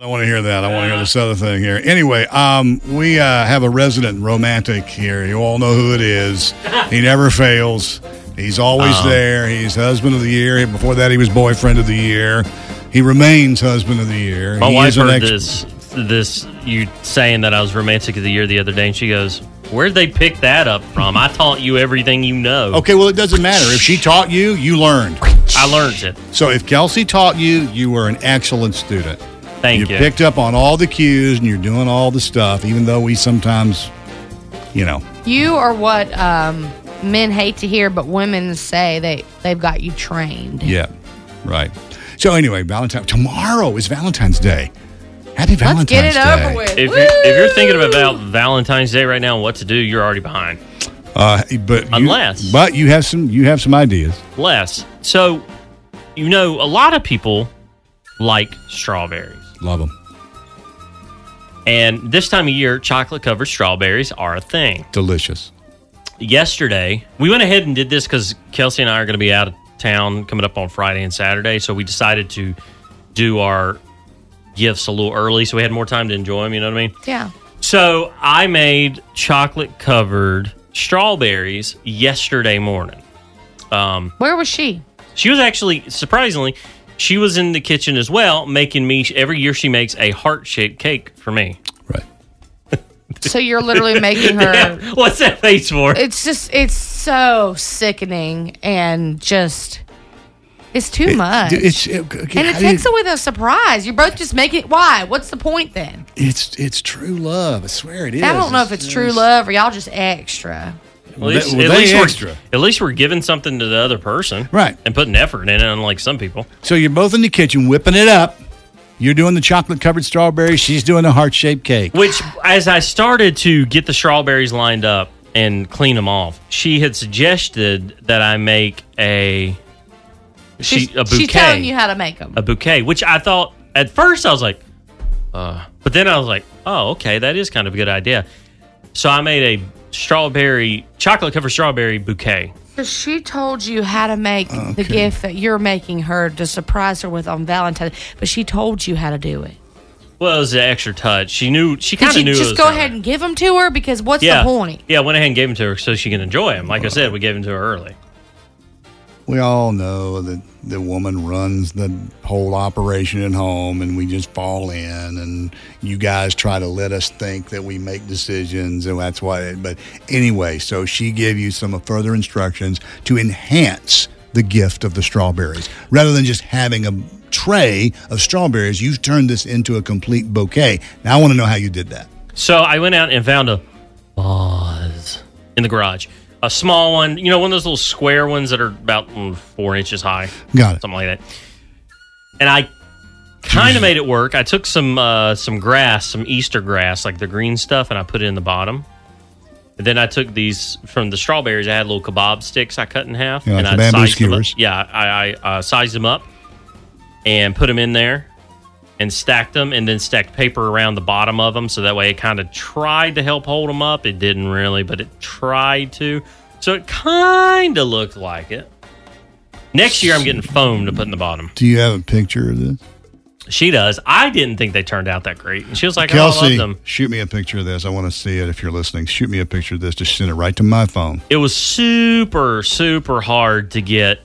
Speaker 3: don't want to hear that. I want to hear this other thing here. Anyway, um, we uh, have a resident romantic here. You all know who it is. He never fails. He's always
Speaker 5: Uh-huh.
Speaker 3: there. He's husband of the year. Before that, he was boyfriend of the year. He remains husband of the year.
Speaker 2: My
Speaker 3: he
Speaker 2: wife
Speaker 3: is an
Speaker 2: heard
Speaker 3: ex-
Speaker 2: this this you saying that I was romantic of the year the other day, and she goes, "Where'd they pick that up from? I taught you everything you know.
Speaker 3: Okay, well, it doesn't matter. If she taught you, you learned.
Speaker 2: I learned it.
Speaker 3: So if Kelsey taught you, you were an excellent student.
Speaker 2: Thank
Speaker 3: You've
Speaker 2: you.
Speaker 3: picked up on all the cues and you're doing all the stuff, even though we sometimes, you know,
Speaker 6: You are what um, men hate to hear, but women say they they've got you trained.
Speaker 3: yeah, right. So anyway, Valentine tomorrow is Valentine's Day. Happy Valentine's Day.
Speaker 6: get it over with.
Speaker 2: If you're, if you're thinking about Valentine's Day right now, and what to do, you're already behind.
Speaker 3: Uh, but you-
Speaker 2: Unless.
Speaker 3: but you have some you have some ideas.
Speaker 2: Less. So, you know, a lot of people like strawberries.
Speaker 3: Love them.
Speaker 2: And this time of year, chocolate covered strawberries are a thing.
Speaker 3: Delicious.
Speaker 2: Yesterday, we went ahead and did this because Kelsey and I are going to be out of town coming up on Friday and Saturday. So we decided to do our gifts a little early so we had more time to enjoy them. You know what I mean?
Speaker 6: Yeah.
Speaker 2: So I made chocolate covered strawberries yesterday morning. Um,
Speaker 6: Where was she?
Speaker 2: She was actually surprisingly, she was in the kitchen as well, making me. Every year she makes a heart shaped cake for me.
Speaker 6: So
Speaker 2: [LAUGHS]
Speaker 6: you're literally making her.
Speaker 2: Yeah, What's that face for?
Speaker 6: It's just it's so sickening and just it's too
Speaker 3: It-
Speaker 6: much.
Speaker 3: dude, it's- it- okay,
Speaker 6: and it
Speaker 3: how do you-
Speaker 6: takes away the surprise. You're both just making it. Why? What's the point then?
Speaker 3: It's it's true love. I swear it is.
Speaker 6: I don't know if it's true love or y'all just extra.
Speaker 2: At least,
Speaker 3: Well,
Speaker 2: at
Speaker 3: they
Speaker 2: least we're-
Speaker 3: extra.
Speaker 2: at least we're giving something to the other person,
Speaker 3: Right.
Speaker 2: And putting effort in it, unlike some people.
Speaker 3: So you're both in the kitchen whipping it up. You're doing the chocolate covered strawberries. She's doing a heart shaped cake.
Speaker 2: Which, as I started to get the strawberries lined up and clean them off, she had suggested that I make a she a bouquet.
Speaker 6: She's telling you how to make them.
Speaker 2: a bouquet, which I thought at first I was like, uh, but then I was like, oh, okay, that is kind of a good idea. So I made a strawberry, chocolate covered strawberry bouquet.
Speaker 6: Because she told you how to make the gift that you're making her to surprise her with on Valentine's, but she told you how to do it.
Speaker 2: Well, it was an extra touch. She knew, she
Speaker 6: Did
Speaker 2: kind of
Speaker 6: you
Speaker 2: knew. it
Speaker 6: just
Speaker 2: was
Speaker 6: go
Speaker 2: coming.
Speaker 6: ahead and give them to her? Because what's
Speaker 2: yeah.
Speaker 6: the point?
Speaker 2: Yeah, I went ahead and gave them to her so she can enjoy them. Like I said, we gave them to her early.
Speaker 3: We all know that the woman runs the whole operation at home and we just fall in and you guys try to let us think that we make decisions and that's why but anyway, so she gave you some further instructions to enhance the gift of the strawberries. Rather than just having a tray of strawberries, you've turned this into a complete bouquet. Now I want to know how you did that.
Speaker 2: So I went out and found a vase in the garage. A small one, you know, one of those little square ones that are about mm, four inches high.
Speaker 3: Got it.
Speaker 2: Something like that. And I kind of made it work. I took some uh, some grass, some Easter grass, like the green stuff, and I put it in the bottom. And then I took these from the strawberries. I had little kebab sticks I cut in half,
Speaker 3: Yeah,
Speaker 2: and
Speaker 3: like
Speaker 2: I
Speaker 3: the bamboo
Speaker 2: sized them up.
Speaker 3: skewers.
Speaker 2: Yeah, I, I uh, sized them up and put them in there and stacked them and then stacked paper around the bottom of them so that way it kind of tried to help hold them up it didn't really but it tried to so it kind of looked like it next year i'm getting foam to put in the bottom
Speaker 3: Do you have a picture of this?
Speaker 2: she does i didn't think they turned out that great and she was like oh, i
Speaker 3: Kelsey,
Speaker 2: love them
Speaker 3: shoot me a picture of this. I want to see it if you're listening. Shoot me a picture of this. Just send it right to my phone.
Speaker 2: it was super super hard to get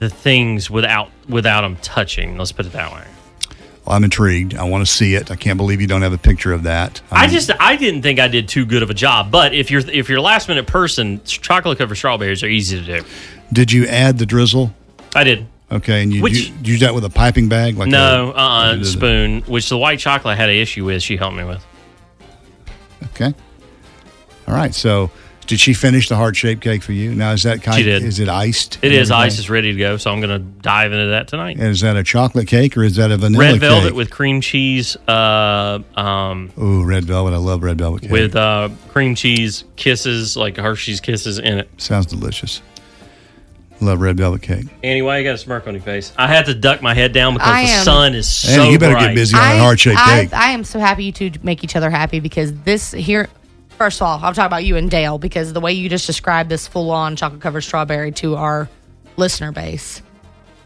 Speaker 2: the things without without them touching let's put it that way
Speaker 3: I'm intrigued. I want to see it. I can't believe you don't have a picture of that. Um,
Speaker 2: I just I didn't think I did too good of a job, but if you're if you're a last minute person, chocolate covered strawberries are easy to do.
Speaker 3: Did you add the drizzle?
Speaker 2: I did.
Speaker 3: Okay, and you
Speaker 2: Which-
Speaker 3: you, you did that with a piping bag? Like
Speaker 2: no,
Speaker 3: a-
Speaker 2: uh,
Speaker 3: you did it.
Speaker 2: spoon, which the white chocolate I had an issue with. She helped me with.
Speaker 3: Okay. All right. So, did she finish the heart shaped cake for you? Now is that kind?
Speaker 2: She did.
Speaker 3: Is it iced?
Speaker 2: It is ice
Speaker 3: iced.
Speaker 2: is ready to go, so I'm going to dive into that tonight.
Speaker 3: Is that a chocolate cake or is that a vanilla?
Speaker 2: red velvet
Speaker 3: Cake?
Speaker 2: with cream cheese, uh, um,
Speaker 3: Ooh, red velvet. I love red velvet cake.
Speaker 2: with uh, cream cheese kisses, like Hershey's kisses in it.
Speaker 3: Sounds delicious. Love red velvet cake.
Speaker 2: Anyway, I got a smirk on your face. I had to duck my head down because
Speaker 6: I
Speaker 2: the
Speaker 6: am-
Speaker 2: sun is so.
Speaker 3: Andy, you better get
Speaker 2: bright.
Speaker 3: busy on that heart-shaped
Speaker 6: I,
Speaker 3: cake.
Speaker 6: I am so happy you two make each other happy because this here. First of all, I'm talking about you and Dale because the way you just described this full-on chocolate-covered strawberry to our listener base,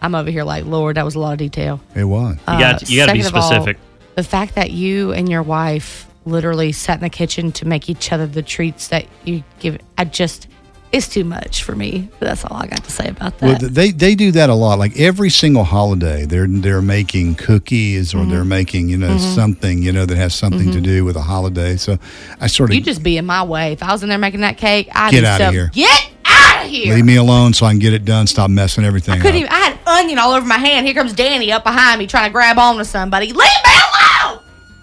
Speaker 6: I'm over here like, Lord, that was a lot of detail.
Speaker 3: It was.
Speaker 2: You got- you gotta be
Speaker 6: second of
Speaker 2: specific.
Speaker 6: the fact that you and your wife literally sat in the kitchen to make each other the treats that you give, I just, it's too much for me. That's all I got to say about that.
Speaker 3: Well, th- they they do that a lot. Like every single holiday, they're they're making cookies or
Speaker 6: Mm-hmm.
Speaker 3: they're making you know
Speaker 6: Mhm.
Speaker 3: something you know that has something
Speaker 6: Mm-hmm.
Speaker 3: to do with a holiday. So I sort of
Speaker 6: you just be in my way. If I was in there making that cake, I'd
Speaker 3: Get
Speaker 6: be
Speaker 3: outta
Speaker 6: so,
Speaker 3: here.
Speaker 6: Get out out of here.
Speaker 3: Leave me alone so I can get it done. Stop messing everything
Speaker 6: Couldn't
Speaker 3: up.
Speaker 6: even. I had onion all over my hand. Here comes Danny up behind me trying to grab onto somebody. Leave me alone!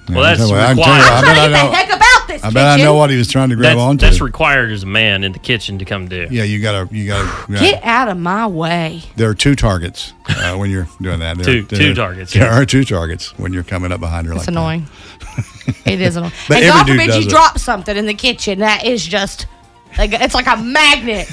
Speaker 2: Well,
Speaker 3: Yeah,
Speaker 2: that's
Speaker 3: I
Speaker 2: required.
Speaker 3: can tell you, I
Speaker 2: I'm
Speaker 3: bet
Speaker 2: trying
Speaker 3: I
Speaker 2: to
Speaker 6: Get
Speaker 3: know-
Speaker 6: the heck about this
Speaker 3: I bet I
Speaker 6: kitchen.
Speaker 3: know what he was trying to grab
Speaker 2: that's,
Speaker 3: onto.
Speaker 2: that's required as a man in the kitchen to come do. Uh,
Speaker 3: Yeah, you gotta, you
Speaker 6: [SIGHS]
Speaker 3: gotta. yeah.
Speaker 6: Get out of my way.
Speaker 3: There are two targets uh, when you're doing that. There,
Speaker 2: Two-
Speaker 3: there-
Speaker 2: two targets,
Speaker 3: There
Speaker 2: yeah.
Speaker 3: are two targets when you're coming up behind her.
Speaker 6: It's
Speaker 3: like that. [LAUGHS]
Speaker 6: annoying. it is annoying.
Speaker 3: But
Speaker 6: and
Speaker 3: every
Speaker 6: God
Speaker 3: dude
Speaker 6: forbid
Speaker 3: does
Speaker 6: you
Speaker 3: it.
Speaker 6: drop something in the kitchen. That is just like it's like
Speaker 3: [LAUGHS]
Speaker 6: a magnet.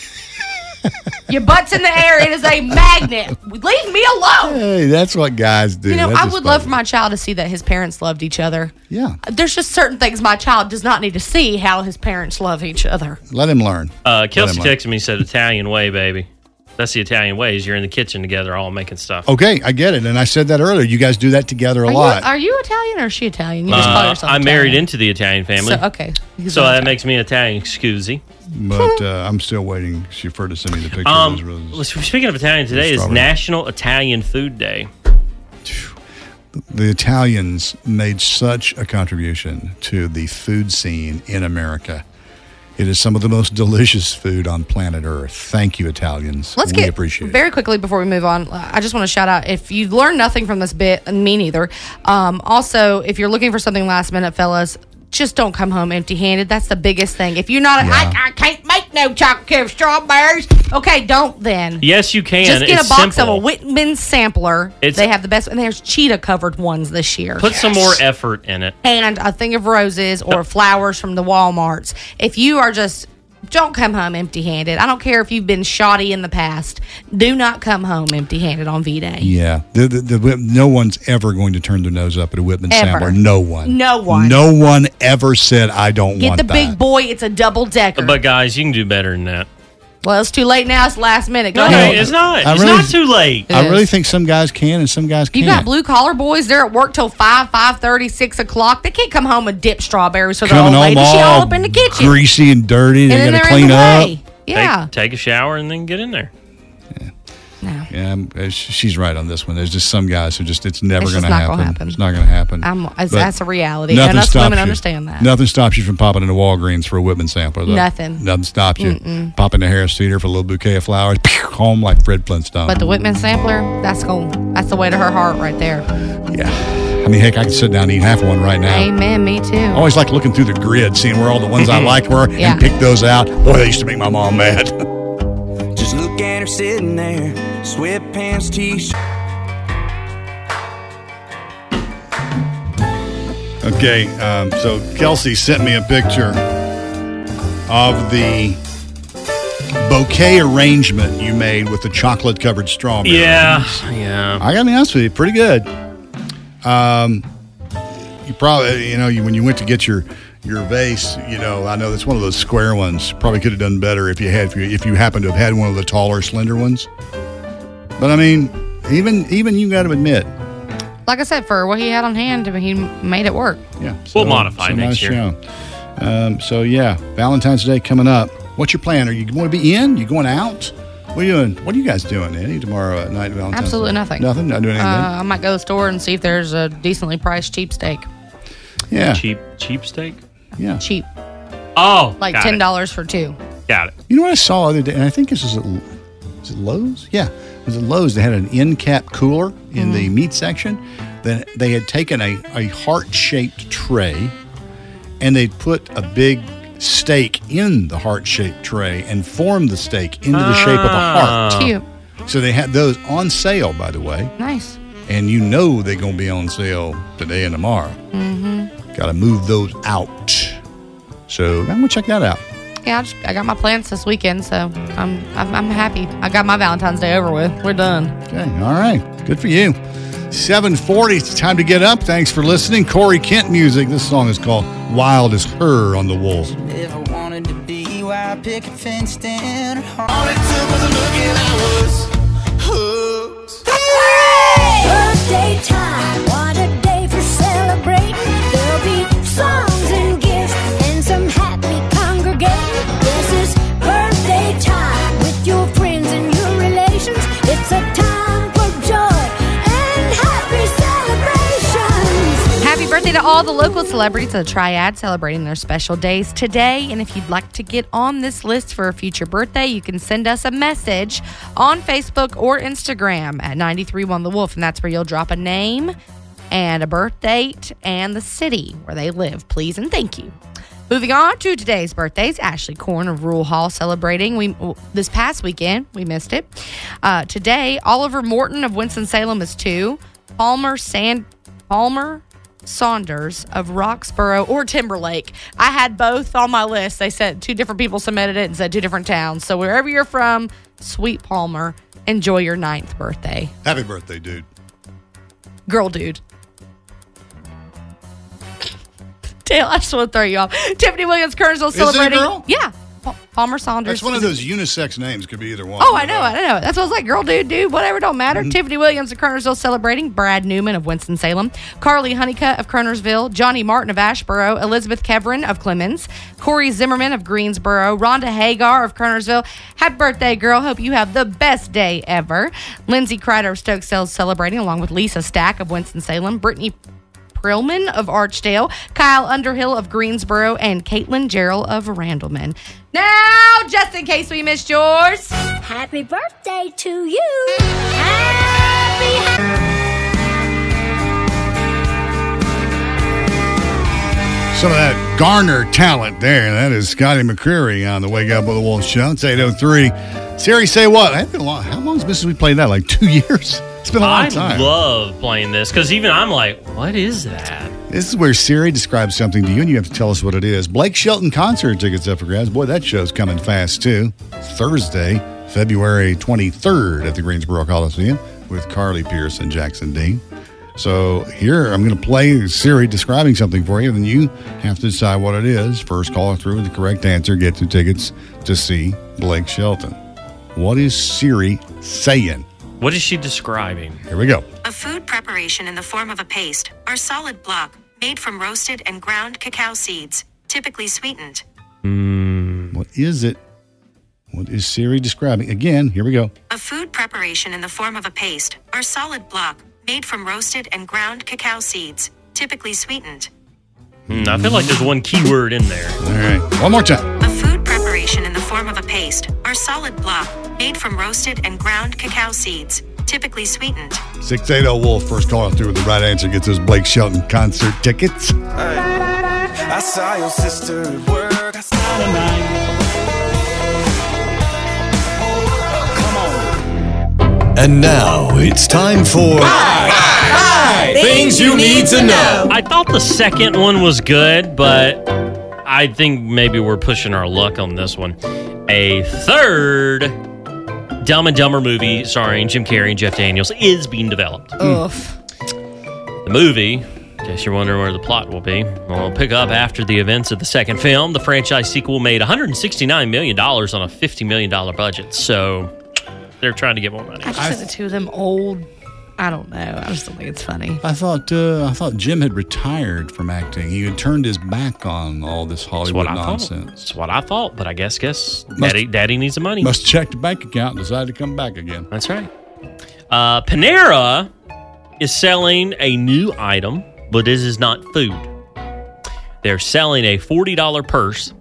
Speaker 6: Your butt's in the air. It is a magnet. Leave me alone.
Speaker 3: Hey, that's what guys do.
Speaker 6: you know,
Speaker 3: That's
Speaker 6: I
Speaker 3: just
Speaker 6: would
Speaker 3: part
Speaker 6: love
Speaker 3: of
Speaker 6: for my child to see that his parents loved each other.
Speaker 3: it. Yeah,
Speaker 6: There's just certain things my child does not need to see how his parents love each other.
Speaker 3: let him learn.
Speaker 2: Uh,
Speaker 3: Let
Speaker 2: Kelsey
Speaker 3: him learn.
Speaker 2: texted me and said, Italian way, baby. That's the Italian way is you're in the kitchen together all making stuff.
Speaker 3: Okay, I get it, and I said that earlier. You guys do that together a
Speaker 6: Are you,
Speaker 3: lot.
Speaker 6: are you Italian or is she Italian? You just call
Speaker 2: Uh,
Speaker 6: yourself.
Speaker 2: I
Speaker 6: Italian.
Speaker 2: married into the Italian family.
Speaker 6: So, okay.
Speaker 2: So that makes me Italian. Excuse me.
Speaker 3: but uh, I'm still waiting she- for her to send me the picture.
Speaker 2: Um,
Speaker 3: of those roses.
Speaker 2: well, speaking of Italian, today is
Speaker 3: Strawberry.
Speaker 2: National Italian Food Day.
Speaker 3: the Italians made such a contribution to the food scene in America. It is some of the most delicious food on planet Earth. Thank you, Italians.
Speaker 6: Let's
Speaker 3: we
Speaker 6: get
Speaker 3: appreciate it.
Speaker 6: very quickly before we move on. I just want to shout out if you learned nothing from this bit, and me neither. Um, also, if you're looking for something last minute, fellas, just don't come home empty handed. That's the biggest thing. If you're not, I, I can't make no chocolate chip strawberries. Okay, don't then.
Speaker 2: Yes, you can.
Speaker 6: just get
Speaker 2: It's
Speaker 6: a box
Speaker 2: simple.
Speaker 6: of a Whitman sampler.
Speaker 2: It's-
Speaker 6: they have the best, and there's cheetah covered ones this year.
Speaker 2: Put some more effort in it.
Speaker 6: and a thing of roses or flowers from the Walmarts. If you are just don't come home empty handed. I don't care if you've been shoddy in the past. Do not come home empty handed on V Day.
Speaker 3: Yeah, the, the, the, Whit- no one's ever going to turn their nose up at a Whitman
Speaker 6: Ever.
Speaker 3: sampler. No one.
Speaker 6: No one.
Speaker 3: No one ever said I don't
Speaker 6: Get
Speaker 3: want
Speaker 6: the
Speaker 3: that.
Speaker 6: big boy. It's a double decker.
Speaker 2: But guys, you can do better than that.
Speaker 6: well, it's too late now. It's last minute. Go
Speaker 2: No,
Speaker 6: ahead.
Speaker 2: it's not.
Speaker 3: I
Speaker 2: it's
Speaker 3: really-
Speaker 2: not too late.
Speaker 6: Uh,
Speaker 3: I really think some guys can and some guys
Speaker 6: You
Speaker 3: can't.
Speaker 6: got blue collar boys. They're at work till five, five thirty, six o'clock. They can't come home and dip strawberries for the old
Speaker 3: Coming
Speaker 6: lady.
Speaker 3: home
Speaker 6: She all
Speaker 3: all
Speaker 6: up in the kitchen.
Speaker 3: greasy and dirty.
Speaker 6: and
Speaker 3: They
Speaker 6: then
Speaker 3: got to
Speaker 6: they're
Speaker 3: clean
Speaker 6: in the
Speaker 3: up.
Speaker 6: way. Yeah.
Speaker 2: Take, take a shower and then get in there.
Speaker 3: Yeah, I'm- uh, sh- she's right on this one. There's just some guys who just it's never
Speaker 6: It's
Speaker 3: going to
Speaker 6: just not gonna
Speaker 3: happen.
Speaker 6: happen.
Speaker 3: It's not going to happen.
Speaker 6: I'm,
Speaker 3: But
Speaker 6: it's, that's a reality.
Speaker 3: nothing
Speaker 6: And us
Speaker 3: stops
Speaker 6: women
Speaker 3: you.
Speaker 6: understand that.
Speaker 3: Nothing stops you from popping into Walgreens for a Whitman sampler. Though.
Speaker 6: Nothing.
Speaker 3: Nothing stops you.
Speaker 6: Mm-mm.
Speaker 3: Popping to Harris Theater for a little bouquet of flowers. [LAUGHS] Pew, home like Fred Flintstone.
Speaker 6: But the Whitman sampler, that's cool. That's the way to her heart right there.
Speaker 3: I mean, heck, I could sit down and eat half of one right now.
Speaker 6: Amen. Me too.
Speaker 3: I always like looking through the grid, seeing where all the ones I like were,
Speaker 6: Yeah.
Speaker 3: and pick those out. Boy, they used to make my mom mad. [LAUGHS]
Speaker 4: Just look at her sitting there, sweatpants, t-shirt.
Speaker 3: Okay, um, so Kelsey sent me a picture of the bouquet arrangement you made with the chocolate covered strawberry.
Speaker 2: Yeah, yeah.
Speaker 3: I gotta be honest with you, pretty good. Um, you probably, you know, you, when you went to get your your vase, you know, I know that's one of those square ones. Probably could have done better if you had, if you, if you happened to have had one of the taller, slender ones. But I mean, even even you got to admit,
Speaker 6: Like I said, for what he had on hand, I mean, he made it work.
Speaker 3: Yeah.
Speaker 2: We'll modify next year.
Speaker 3: show. Um, so yeah, Valentine's Day coming up. What's your plan? Are you going to be in? You going out? What are you doing? What are you guys doing, Annie, tomorrow at night? Valentine's
Speaker 6: Absolutely
Speaker 3: Day?
Speaker 6: nothing.
Speaker 3: Nothing. Not doing anything.
Speaker 6: Uh, I might go to the store and see if there's a decently priced cheap steak.
Speaker 3: yeah.
Speaker 2: Cheap cheap steak.
Speaker 3: Yeah.
Speaker 6: Cheap,
Speaker 2: Oh,
Speaker 6: like
Speaker 2: got
Speaker 6: ten
Speaker 2: it.
Speaker 6: dollars for two.
Speaker 2: Got it.
Speaker 3: You know what I saw the other day, and I think this is at, L- is it Lowe's. Yeah, it was at Lowe's. They had an end cap cooler in the meat section. Then they had taken a, a heart shaped tray, and they put a big steak in the heart shaped tray and formed the steak into the shape of a
Speaker 2: Oh.
Speaker 3: heart.
Speaker 6: Cute,
Speaker 3: So they had those on sale, by the way,
Speaker 6: nice.
Speaker 3: and you know they're going to be on sale today and tomorrow.
Speaker 6: hmm
Speaker 3: Got to move those out. So I'm going to check that out.
Speaker 6: Yeah, I, just, I got my plans this weekend, so I'm, I'm I'm happy. I got my Valentine's Day over with. We're done.
Speaker 3: Okay, all right. Good for you. 740, it's time to get up. Thanks for listening. Corey Kent music. This song is called Wild as Her on the Wolf.
Speaker 4: Never wanted to be where I pick a fence down. All it took was a look and I was hooked.
Speaker 5: Birthday time, what a day for celebrating. There'll be songs and gifts and some happy congregating. This is birthday time with your friends and your relations. It's a time for joy and happy celebrations.
Speaker 6: Happy birthday to all the local celebrities of the Triad celebrating their special days today. And if you'd like to get on this list for a future birthday, you can send us a message on Facebook or Instagram at 931 The Wolf. And that's where you'll drop a name and a birth date and the city where they live, please and thank you. Moving on to today's birthdays, Ashley Corn of Rule Hall celebrating. We this past weekend we missed it. Uh, today, Oliver Morton of Winston Salem is two. Palmer Sand Palmer Saunders of Roxborough or Timberlake. I had both on my list. They said two different people submitted it and said two different towns. So wherever you're from, sweet Palmer, enjoy your ninth birthday,
Speaker 3: Happy birthday, dude.
Speaker 6: girl, dude. [LAUGHS] Dale, I just want to throw you off. Tiffany Williams Kernsville
Speaker 3: Is it a
Speaker 6: celebrating.
Speaker 3: girl?
Speaker 6: Yeah, Pa- Palmer Saunders.
Speaker 3: That's one of those unisex names. Could be either one.
Speaker 6: Oh, I know, I know. That's what I was like, girl, dude, dude, whatever, don't matter. Tiffany Williams of Kernersville celebrating, Brad Newman of Winston-Salem, Carly Honeycutt of Kernersville, Johnny Martin of Ashboro, Elizabeth Kevrin of Clemens, Corey Zimmerman of Greensboro, Rhonda Hagar of Kernersville. Happy birthday, girl. Hope you have the best day ever. Lindsay Kreider of Stokesdale celebrating, along with Lisa Stack of Winston-Salem, Brittany Prillman of Archdale, Kyle Underhill of Greensboro, and Caitlin Gerald of Randleman. Now, just in case we missed yours,
Speaker 5: happy birthday to you.
Speaker 3: Some of that Garner talent there. That is Scotty McCreary on the Wake Up with the Wolf Show. It's 803. Siri, say what? That's been a long, how long has since we played that? Like two [LAUGHS] years? It's been a long
Speaker 2: I
Speaker 3: time.
Speaker 2: love playing this because even I'm like, what is that?
Speaker 3: this is where Siri describes something to you and you have to tell us what it is. Blake Shelton concert tickets up for grabs. Boy, that show's coming fast too. Thursday, February 23rd at the Greensboro Coliseum with Carly Pierce and Jackson Dean. So here I'm going to play Siri describing something for you, and then you have to decide what it is. First caller through with the correct answer gets two tickets to see Blake Shelton. What is Siri saying?
Speaker 2: What is she describing?
Speaker 3: Here we go.
Speaker 14: A food preparation in the form of a paste or solid block made from roasted and ground cacao seeds, typically sweetened.
Speaker 3: What is it? What is Siri describing? Again, here we go.
Speaker 14: A food preparation in the form of a paste or solid block made from roasted and ground cacao seeds, typically sweetened.
Speaker 2: Hmm, I feel like there's one keyword in there.
Speaker 3: All right, one more time.
Speaker 14: A food preparation in the form of a paste or solid block made from roasted and ground cacao seeds, typically sweetened.
Speaker 3: 680 Wolf, first caller through with the right answer gets those Blake Shelton concert tickets.
Speaker 4: I saw your sister at work. I saw the night.
Speaker 15: And now it's time for
Speaker 2: I thought the second one was good, but I think maybe we're pushing our luck on this one. A third Dumb and Dumber movie starring Jim Carrey and Jeff Daniels is being developed.
Speaker 6: Oof.
Speaker 2: The movie, in case you're wondering where the plot will be, will pick up after the events of the second film. The franchise sequel made $169 million on a $50 million budget, so they're trying to get more money.
Speaker 6: I just said the two of them old. I don't know. I just don't think it's funny.
Speaker 3: I thought uh, I thought Jim had retired from acting. He had turned his back on all this Hollywood
Speaker 2: what I thought.
Speaker 3: nonsense.
Speaker 2: That's what I thought, but I guess, guess,
Speaker 3: Must-
Speaker 2: daddy, daddy needs the money.
Speaker 3: Must check the bank account and decided to come back again. [LAUGHS]
Speaker 2: That's right. Uh, Panera is selling a new item, but this is not food. They're selling a $40 purse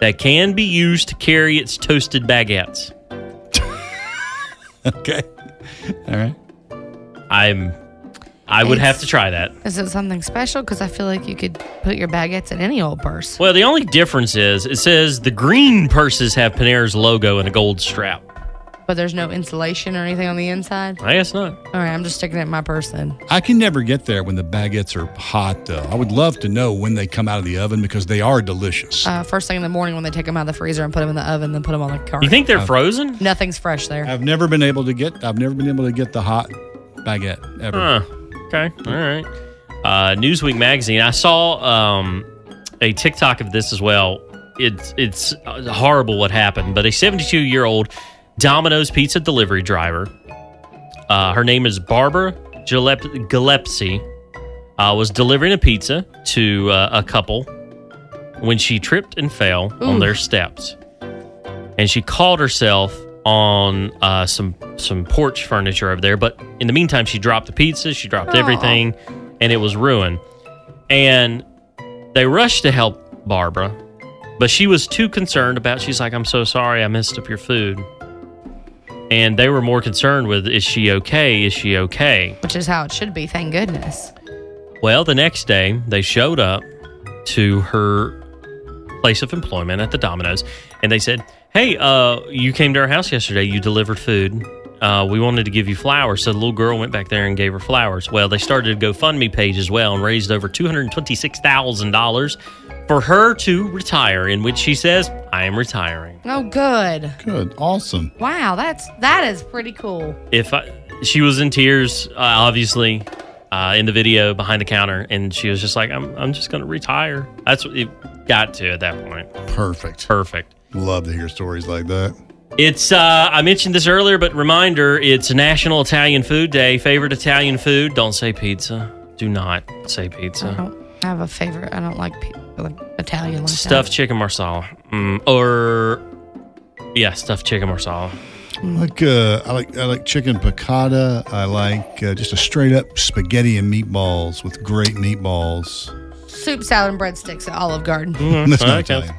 Speaker 2: that can be used to carry its toasted baguettes.
Speaker 3: okay. All right.
Speaker 2: I'm I would have to try that.
Speaker 6: Is it something special? Because I feel like you could put your baguettes in any old purse.
Speaker 2: Well, the only difference is it says the green purses have Panera's logo and a gold strap.
Speaker 6: But there's no insulation or anything on the inside.
Speaker 2: I guess not.
Speaker 6: All right, I'm just sticking it in my purse then.
Speaker 3: I can never get there when the baguettes are hot, though. I would love to know when they come out of the oven because they are delicious.
Speaker 6: Uh, first thing in the morning when they take them out of the freezer and put them in the oven, then put them on the cart.
Speaker 3: You think they're frozen?
Speaker 6: Nothing's fresh there.
Speaker 3: I've never been able to get. I've never been able to get the hot baguette ever.
Speaker 2: Huh. Okay. All right. Uh, Newsweek magazine. I saw um, a TikTok of this as well. It's it's uh, horrible what happened, but a 72 year old Domino's pizza delivery driver. Uh, her name is Barbara Gillep- Gillespie. Uh, was delivering a pizza to uh, a couple when she tripped and fell on
Speaker 16: Ooh.
Speaker 2: their steps, and she called herself on uh, some some porch furniture over there. But in the meantime, she dropped the pizza, she dropped
Speaker 16: Aw.
Speaker 2: everything, and it was ruined. And they rushed to help Barbara, but she was too concerned about. She's like, "I'm so sorry, I messed up your food." And they were more concerned with, "Is she okay? Is she okay?"
Speaker 6: which is how it should be. Thank goodness.
Speaker 2: Well, the next day, they showed up to her place of employment at the Domino's and they said, Hey, uh, you came to our house yesterday. You delivered food. Uh, we wanted to give you flowers. So the little girl went back there and gave her flowers. Well, they started a GoFundMe page as well and raised over $226,000 for her to retire, in which she says, I am retiring.
Speaker 6: Oh, good.
Speaker 3: Good. Awesome.
Speaker 6: Wow, that's that is pretty cool.
Speaker 2: If I, she was in tears, uh, obviously, uh, in the video behind the counter, and she was just like, I'm, I'm just going to retire. That's what it got to at that point.
Speaker 3: Perfect.
Speaker 2: Perfect.
Speaker 3: Love to hear stories like that.
Speaker 2: It's uh, I mentioned this earlier, but reminder: it's National Italian Food Day. Favorite Italian food? Don't say pizza. Do not say
Speaker 6: I
Speaker 2: pizza.
Speaker 6: don't I have a favorite. I don't like, pe- like Italian like
Speaker 2: Stuffed chicken marsala, mm, or yeah, stuffed chicken marsala.
Speaker 3: I like uh, I like I like chicken piccata. I like uh, just a straight up spaghetti and meatballs with
Speaker 2: [LAUGHS]
Speaker 3: great meatballs.
Speaker 6: that. soup, salad, and breadsticks at Olive Garden.
Speaker 3: That's not Italian.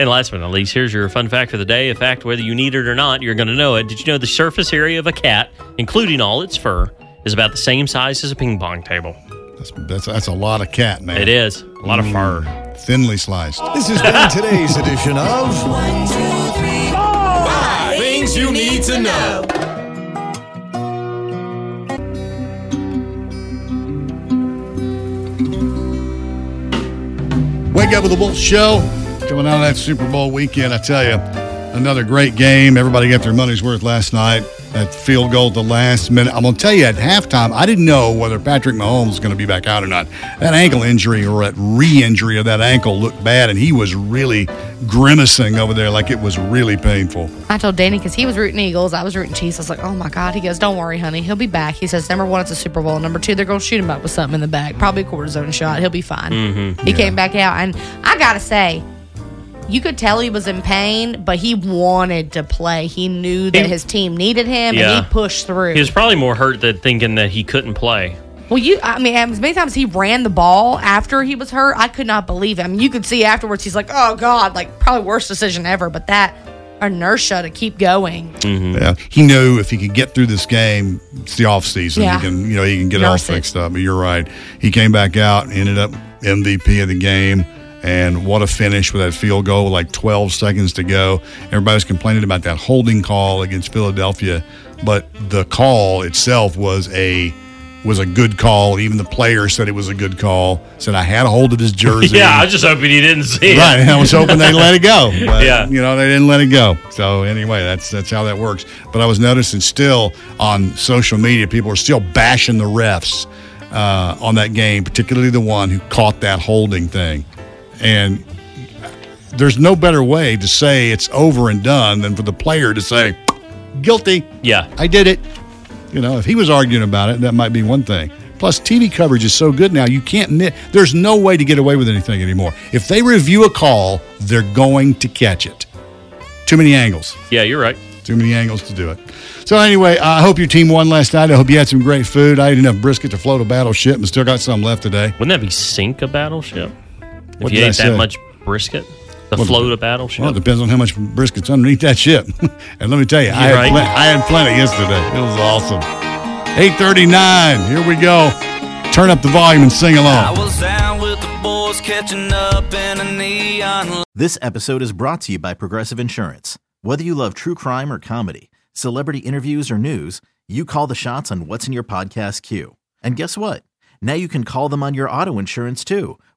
Speaker 2: and last but not least, here's your fun fact for the day. A fact, whether you need it or not, you're going to know it. Did you know the surface area of a cat, including all its fur, is about the same size as a ping pong table?
Speaker 3: That's that's, that's a lot of cat, man. Mm.
Speaker 2: It is a lot of fur,
Speaker 3: thinly sliced.
Speaker 15: This has been today's edition of
Speaker 5: One, two, three, four. Five
Speaker 15: Things You Need to Know.
Speaker 3: Wake up with the Wolf Show. Coming out of that Super Bowl weekend, I tell you, another great game. Everybody got their money's worth last night. That field goal at the last minute. I'm going to tell you, at halftime, I didn't know whether Patrick Mahomes was going to be back out or not. That ankle injury or that re injury of that ankle looked bad, and he was really grimacing over there like it was really painful.
Speaker 6: I told Danny because he was rooting Eagles, I was rooting Chiefs. I was like, "Oh my God!" He goes, "Don't worry, honey. He'll be back." He says, "Number one, it's a Super Bowl. Number two, they're gonna shoot him up with something in the back, probably a cortisone shot. He'll be fine."
Speaker 2: Mm-hmm.
Speaker 6: He came back out, and I gotta say, you could tell he was in pain, but he wanted to play. He knew that his team needed him,
Speaker 2: Yeah.
Speaker 6: and he pushed through.
Speaker 2: He was probably more hurt than thinking that he couldn't play.
Speaker 6: well, you, I mean, as many times he ran the ball after he was hurt, I could not believe him. You could see afterwards, he's like, "Oh God!" Like probably worst decision ever, but that inertia to keep going.
Speaker 3: Yeah, he knew if he could get through this game, it's the off season.
Speaker 6: Yeah.
Speaker 3: He can, you know, he can get it all
Speaker 6: Nurse it.
Speaker 3: fixed up. But you're right. He came back out, ended up MVP of the game, and what a finish with that field goal, with like 12 seconds to go. Everybody's complaining about that holding call against Philadelphia, but the call itself was a was a good call. Even the player said it was a good call. Said I had a hold of his
Speaker 2: [LAUGHS]
Speaker 3: jersey.
Speaker 2: Yeah, I was just hoping he didn't see it.
Speaker 3: [LAUGHS] Right. I was hoping they let it go. But,
Speaker 2: Yeah.
Speaker 3: You know, they didn't let it go. So anyway, that's that's how that works. But I was noticing still on social media, people are still bashing the refs uh, on that game, particularly the one who caught that holding thing. And there's no better way to say it's over and done than for the player to say, guilty.
Speaker 2: Yeah.
Speaker 3: I did it. You know, if he was arguing about it, that might be one thing. Plus, TV coverage is so good now, you can't miss. There's no way to get away with anything anymore. If they review a call, they're going to catch it. Too many angles.
Speaker 2: Yeah, you're right.
Speaker 3: Too many angles to do it. So, anyway, I hope your team won last night. I hope you had some great food. I ate enough brisket to float a battleship and still got some left today.
Speaker 2: Wouldn't that be sink a battleship? If
Speaker 3: What
Speaker 2: you
Speaker 3: did I
Speaker 2: ate that
Speaker 3: say?
Speaker 2: much brisket to
Speaker 3: Well,
Speaker 2: float a battleship.
Speaker 3: Well, it depends on how much brisket's underneath that ship. [LAUGHS] and let me tell you, I had,
Speaker 2: You're right.
Speaker 3: plen- I had plenty yesterday. It was awesome. 839, here we go. Turn up the volume and sing
Speaker 4: I
Speaker 3: along.
Speaker 4: was down with the boys catching up in a neon
Speaker 12: This episode is brought to you by Progressive Insurance. Whether you love true crime or comedy, celebrity interviews or news, you call the shots on what's in your podcast queue. And guess what? Now you can call them on your auto insurance too